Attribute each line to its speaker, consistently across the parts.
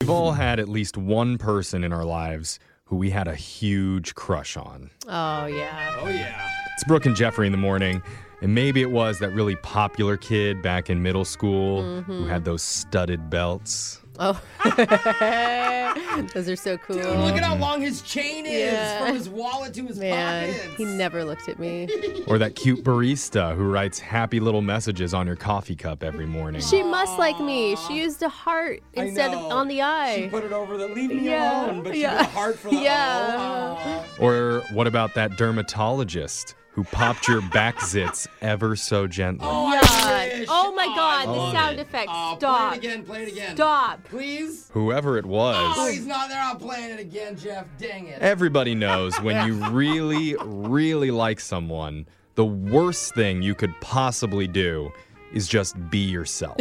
Speaker 1: We've all had at least one person in our lives who we had a huge crush on.
Speaker 2: Oh yeah.
Speaker 3: Oh, yeah.
Speaker 1: It's Brooke and Jeffrey in the morning. And maybe it was that really popular kid back in middle school who
Speaker 3: Mm-hmm.
Speaker 1: had those studded belts.
Speaker 2: Oh, those are so cool.
Speaker 3: Dude, look at how long his chain is
Speaker 2: Yeah.
Speaker 3: from his wallet to his
Speaker 2: Man,
Speaker 3: pockets.
Speaker 2: he never looked at me.
Speaker 1: Or that cute barista who writes happy little messages on your coffee cup every morning.
Speaker 2: She must like me. She used a heart
Speaker 3: I
Speaker 2: instead of
Speaker 3: know.
Speaker 2: on the
Speaker 3: She
Speaker 2: eye.
Speaker 3: put it over the leave me
Speaker 2: Yeah,
Speaker 3: alone, but she
Speaker 2: yeah.
Speaker 3: got hard for the
Speaker 2: Yeah.
Speaker 3: oh, aw.
Speaker 1: Or what about that dermatologist who popped your back zits ever so gently?
Speaker 3: Oh,
Speaker 2: God.
Speaker 3: I wish.
Speaker 2: Oh my
Speaker 3: I
Speaker 2: God, the
Speaker 3: love
Speaker 2: sound
Speaker 1: it.
Speaker 2: effects.
Speaker 3: Oh,
Speaker 2: Stop.
Speaker 3: Play it again. Play it again.
Speaker 2: Stop.
Speaker 3: Please.
Speaker 1: Whoever it was.
Speaker 3: Oh, he's not there. I'm playing it again, Jeff. Dang it.
Speaker 1: Everybody knows when you really, really like someone, the worst thing you could possibly do is just be yourself.
Speaker 2: That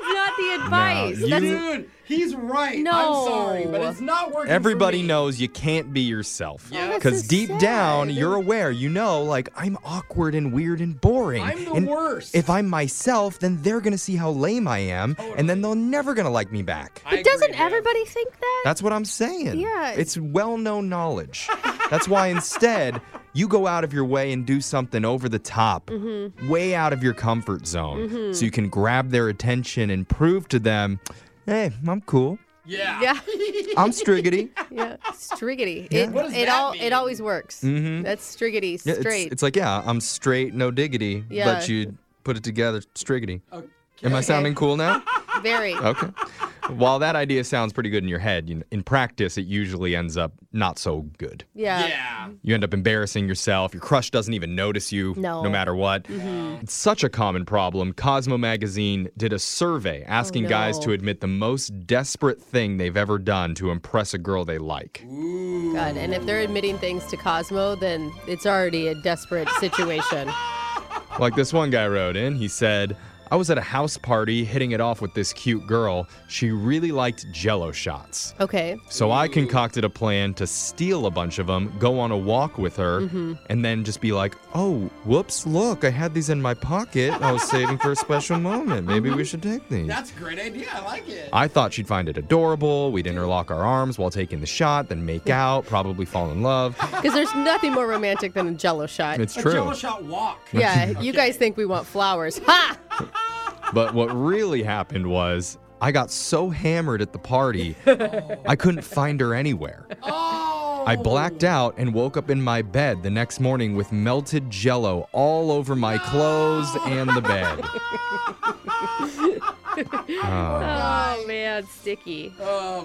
Speaker 2: is not the advice.
Speaker 1: Uh, you-
Speaker 2: That's
Speaker 3: Dude, he's right.
Speaker 2: No.
Speaker 3: I'm sorry, but it's not working. for
Speaker 1: Everybody
Speaker 3: me.
Speaker 1: knows you can't be yourself.
Speaker 3: Yeah. Oh, that's
Speaker 1: Because
Speaker 2: so
Speaker 1: deep down,
Speaker 2: sad.
Speaker 1: you're aware, you know, like, I'm awkward and weird and boring.
Speaker 3: I'm the
Speaker 1: and
Speaker 3: worst.
Speaker 1: If I'm myself, then they're going to see how lame I am, and then they're never going to like me back.
Speaker 3: I agree,
Speaker 2: But doesn't
Speaker 3: Jeff.
Speaker 2: everybody think that?
Speaker 1: That's what I'm saying.
Speaker 2: Yeah.
Speaker 1: It's well known knowledge. That's why instead, you go out of your way and do something over the top,
Speaker 2: Mm-hmm.
Speaker 1: way out of your comfort zone, so you can grab their attention and prove to them, hey, I'm cool.
Speaker 3: Yeah.
Speaker 2: yeah,
Speaker 1: I'm striggity.
Speaker 2: yeah. Striggity. It,
Speaker 3: What does
Speaker 2: it
Speaker 3: that
Speaker 2: all
Speaker 3: mean?
Speaker 2: it always works. That's striggity,
Speaker 1: Mm-hmm. Yeah, it's-
Speaker 2: straight.
Speaker 1: It's, like, yeah, I'm straight, no diggity,
Speaker 2: Yeah.
Speaker 1: but you put it together, striggity.
Speaker 3: Okay.
Speaker 1: Am I sounding cool now?
Speaker 2: Very.
Speaker 1: Okay. While that idea sounds pretty good in your head, you know, in practice, it usually ends up not so good.
Speaker 2: Yeah.
Speaker 3: Yeah.
Speaker 1: You end up embarrassing yourself. Your crush doesn't even notice you,
Speaker 2: No. Mm-hmm.
Speaker 1: matter what. It's such a common problem. Cosmo Magazine did a survey asking
Speaker 2: Oh, no.
Speaker 1: guys to admit the most desperate thing they've ever done to impress a girl they like.
Speaker 3: Ooh.
Speaker 2: God. And if they're admitting things to Cosmo, then it's already a desperate situation.
Speaker 1: Like this one guy wrote in, he said, I was at a house party hitting it off with this cute girl. She really liked jello shots.
Speaker 2: Okay.
Speaker 1: So I concocted a plan to steal a bunch of them, go on a walk with her, and then just be like, oh, whoops, look, I had these in my pocket. I was saving for a special moment. Maybe we should take these.
Speaker 3: That's a great idea. I like it.
Speaker 2: Ah,
Speaker 1: I thought she'd find it adorable. We'd interlock our arms while taking the shot, then make out, probably fall in love.
Speaker 2: Because there's nothing more romantic than a jello shot.
Speaker 1: It's
Speaker 3: a
Speaker 1: true.
Speaker 3: jello shot walk.
Speaker 2: yeah, you guys think we want flowers. Ha!
Speaker 1: But what really happened was I got so hammered at the party, I couldn't find her anywhere.
Speaker 3: Oh.
Speaker 1: I blacked out and woke up in my bed the next morning with melted jello all over my clothes and the bed. Oh.
Speaker 2: Oh, man, sticky.
Speaker 3: Oh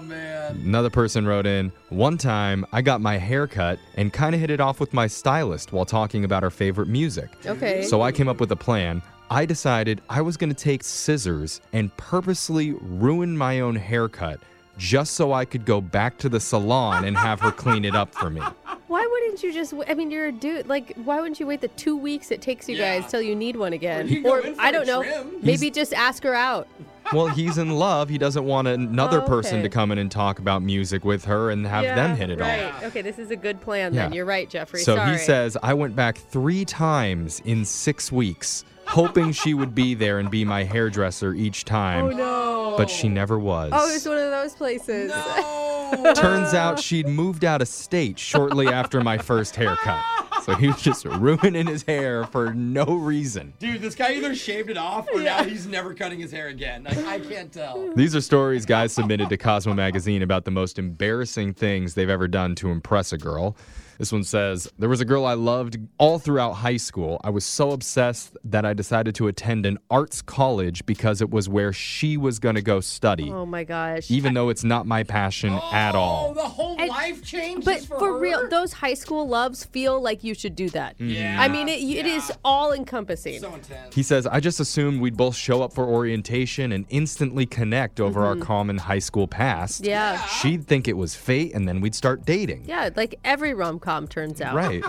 Speaker 3: man.
Speaker 1: Another person wrote in, one time I got my hair cut and kind of hit it off with my stylist while talking about her favorite music.
Speaker 2: Okay.
Speaker 1: So I came up with a plan. I decided I was going to take scissors and purposely ruin my own haircut just so I could go back to the salon and have her clean it up for me.
Speaker 2: why wouldn't you just, I mean, you're a dude. Like, why wouldn't you wait the two weeks it takes you
Speaker 3: Yeah.
Speaker 2: guys till you need one
Speaker 3: Or
Speaker 2: again?
Speaker 3: you go in for
Speaker 2: I
Speaker 3: a
Speaker 2: don't know.
Speaker 3: trim.
Speaker 2: Maybe just ask her out.
Speaker 1: Well, he's in love. He doesn't want another
Speaker 2: Oh,
Speaker 1: person
Speaker 2: okay.
Speaker 1: to come in and talk about music with her and have them hit it off.
Speaker 2: Right. Okay, this is a good plan then.
Speaker 1: Yeah.
Speaker 2: You're right, Jeffrey.
Speaker 1: So
Speaker 2: Sorry.
Speaker 1: he says, I went back three times in six weeks, hoping she would be there and be my hairdresser each
Speaker 3: Oh,
Speaker 1: time.
Speaker 2: Oh, no.
Speaker 1: But she never was.
Speaker 2: Oh, it's one of those places.
Speaker 3: No.
Speaker 1: Turns out she'd moved out of state shortly after my first haircut. So he was just ruining his hair for no reason.
Speaker 3: Dude, this guy either shaved it off or now he's never cutting his hair again. Like, I can't tell.
Speaker 1: These are stories guys submitted to Cosmo Magazine about the most embarrassing things they've ever done to impress a girl. This one says, There was a girl I loved all throughout high school. I was so obsessed that I decided to attend an arts college because it was where she was going to go study,
Speaker 2: Oh my gosh.
Speaker 1: even though it's not my passion at
Speaker 3: Oh,
Speaker 1: all.
Speaker 3: the whole
Speaker 2: And-
Speaker 3: life changes
Speaker 2: But for,
Speaker 3: for, her?
Speaker 2: real, those high school loves feel like you should do that.
Speaker 3: Yeah.
Speaker 2: I mean, it, it
Speaker 3: yeah.
Speaker 2: is all encompassing.
Speaker 3: so intense.
Speaker 1: He says, I just assumed we'd both show up for orientation and instantly connect over our common high school past.
Speaker 2: yeah.
Speaker 1: She'd think it was fate, and then we'd start dating.
Speaker 2: Yeah, like every rom com turns out.
Speaker 1: Right.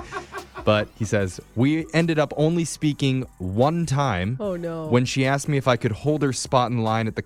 Speaker 1: But he says, we ended up only speaking one time.
Speaker 2: Oh, no.
Speaker 1: When she asked me if I could hold her spot in line at the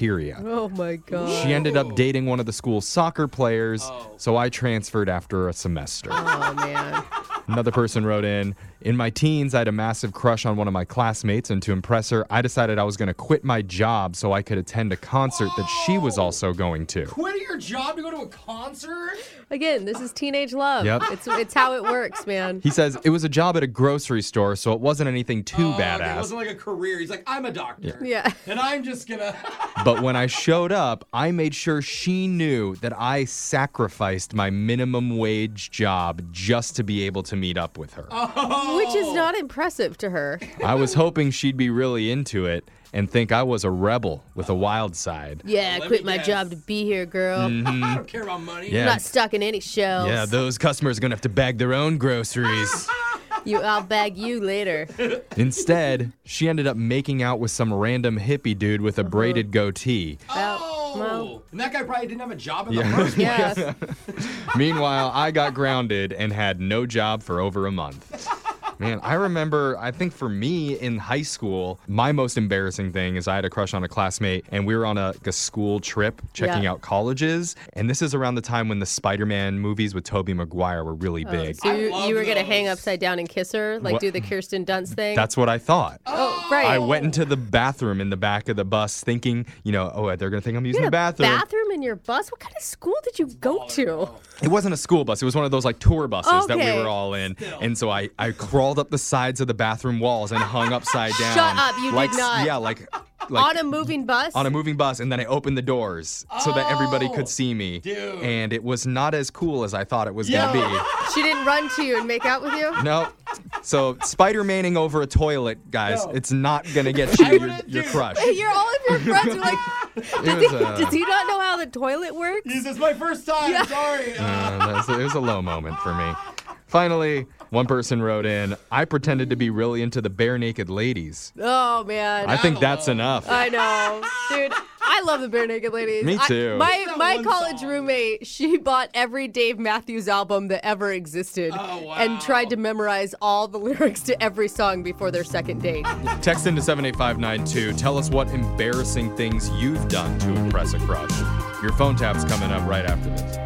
Speaker 1: cafeteria.
Speaker 2: Oh my God.
Speaker 1: She ended up dating one of the school's soccer players,
Speaker 3: Oh.
Speaker 1: so I transferred after a semester.
Speaker 2: oh man.
Speaker 1: Another person wrote in In my teens, I had a massive crush on one of my classmates, and to impress her, I decided I was going to quit my job so I could attend a concert that she was also going to.
Speaker 3: Quit your job to go to a concert?
Speaker 2: Again, this is teenage love.
Speaker 1: Yep.
Speaker 2: It's it's how it works, man.
Speaker 1: He says it was a job at a grocery store, so it wasn't anything too
Speaker 3: Oh, okay, It
Speaker 1: badass.
Speaker 3: wasn't like a career. He's like, I'm a doctor.
Speaker 2: Yeah.
Speaker 3: And I'm just gonna.
Speaker 1: But when I showed up, I made sure she knew that I sacrificed my minimum wage job just to be able to meet up with her.
Speaker 2: Which is not impressive to her.
Speaker 1: I was hoping she'd be really into it and think I was a rebel with a wild side.
Speaker 2: Yeah, I
Speaker 3: Let
Speaker 2: quit
Speaker 3: me
Speaker 2: my
Speaker 3: guess.
Speaker 2: job to be here, girl.
Speaker 3: I don't care about money.
Speaker 1: Mm-hmm. Hmm. Yeah.
Speaker 2: I'm not stuck in any shells.
Speaker 1: Yeah, those customers are going to have to bag their own groceries.
Speaker 2: you, I'll bag you later.
Speaker 1: Instead, she ended up making out with some random hippie dude with a braided goatee.
Speaker 3: Oh.
Speaker 2: well.
Speaker 3: And that guy probably didn't have a job in
Speaker 1: Yeah.
Speaker 3: the first place.
Speaker 2: Yeah.
Speaker 1: Meanwhile, I got grounded and had no job for over a month. Man, I remember, I think for me in high school, my most embarrassing thing is I had a crush on a classmate and we were on a, like a school trip checking
Speaker 2: Yeah.
Speaker 1: out colleges. And this is around the time when the Spider Man movies with Tobey Maguire were really big.
Speaker 2: So
Speaker 3: I
Speaker 2: you,
Speaker 3: love
Speaker 2: you were gonna hang
Speaker 3: those.
Speaker 2: upside down and kiss her, like
Speaker 1: What-
Speaker 2: do the Kirsten Dunst thing.
Speaker 1: That's what I thought.
Speaker 2: oh, right.
Speaker 1: I went into the bathroom in the back of the bus thinking, you know, oh, they're going to think I'm using
Speaker 2: You
Speaker 1: the
Speaker 2: had a
Speaker 1: bathroom.
Speaker 2: bathroom in your bus. What kind of school did you go to?
Speaker 3: Oh.
Speaker 1: It wasn't a school bus. It was one of those like tour buses that we
Speaker 2: Okay.
Speaker 1: were all in. And so I, I crawled up the sides of the bathroom walls and hung upside down.
Speaker 2: up, you did
Speaker 1: like,
Speaker 2: not.
Speaker 1: Yeah, like,
Speaker 2: on
Speaker 1: like
Speaker 2: a moving bus.
Speaker 1: on a moving bus. And then I opened the doors so that everybody
Speaker 2: Oh,
Speaker 1: could see me.
Speaker 3: dude.
Speaker 1: And it was not as cool as I thought it was going
Speaker 3: Yeah.
Speaker 1: to
Speaker 2: she didn't run to you and make out with you.
Speaker 1: be. No. So Spider Maning over a toilet, guys,
Speaker 3: No.
Speaker 1: it's not going to get you your,
Speaker 3: wouldn't
Speaker 1: your
Speaker 3: do that.
Speaker 1: crush.
Speaker 2: You're all of your friends are like,
Speaker 1: It was, uh,
Speaker 2: does he not know how the toilet works?
Speaker 3: This is my first time.
Speaker 2: Yeah.
Speaker 3: Sorry. Uh,
Speaker 1: Uh, that's- it was a low moment for me. Finally, one person wrote in, I pretended to be really into the bare naked ladies.
Speaker 2: Oh man.
Speaker 1: I
Speaker 2: I,
Speaker 1: think that's enough.
Speaker 2: know, dude. I love the bare naked ladies.
Speaker 1: Me
Speaker 2: I-
Speaker 1: too.
Speaker 3: That
Speaker 2: my my
Speaker 3: one
Speaker 2: college
Speaker 3: song.
Speaker 2: roommate, she bought every Dave Matthews album that ever existed,
Speaker 3: Oh, wow.
Speaker 2: and tried to memorize all the lyrics to every song before their second date.
Speaker 1: Text into 78592. Tell us what embarrassing things you've done to impress a crush. Your phone tap's coming up right after this.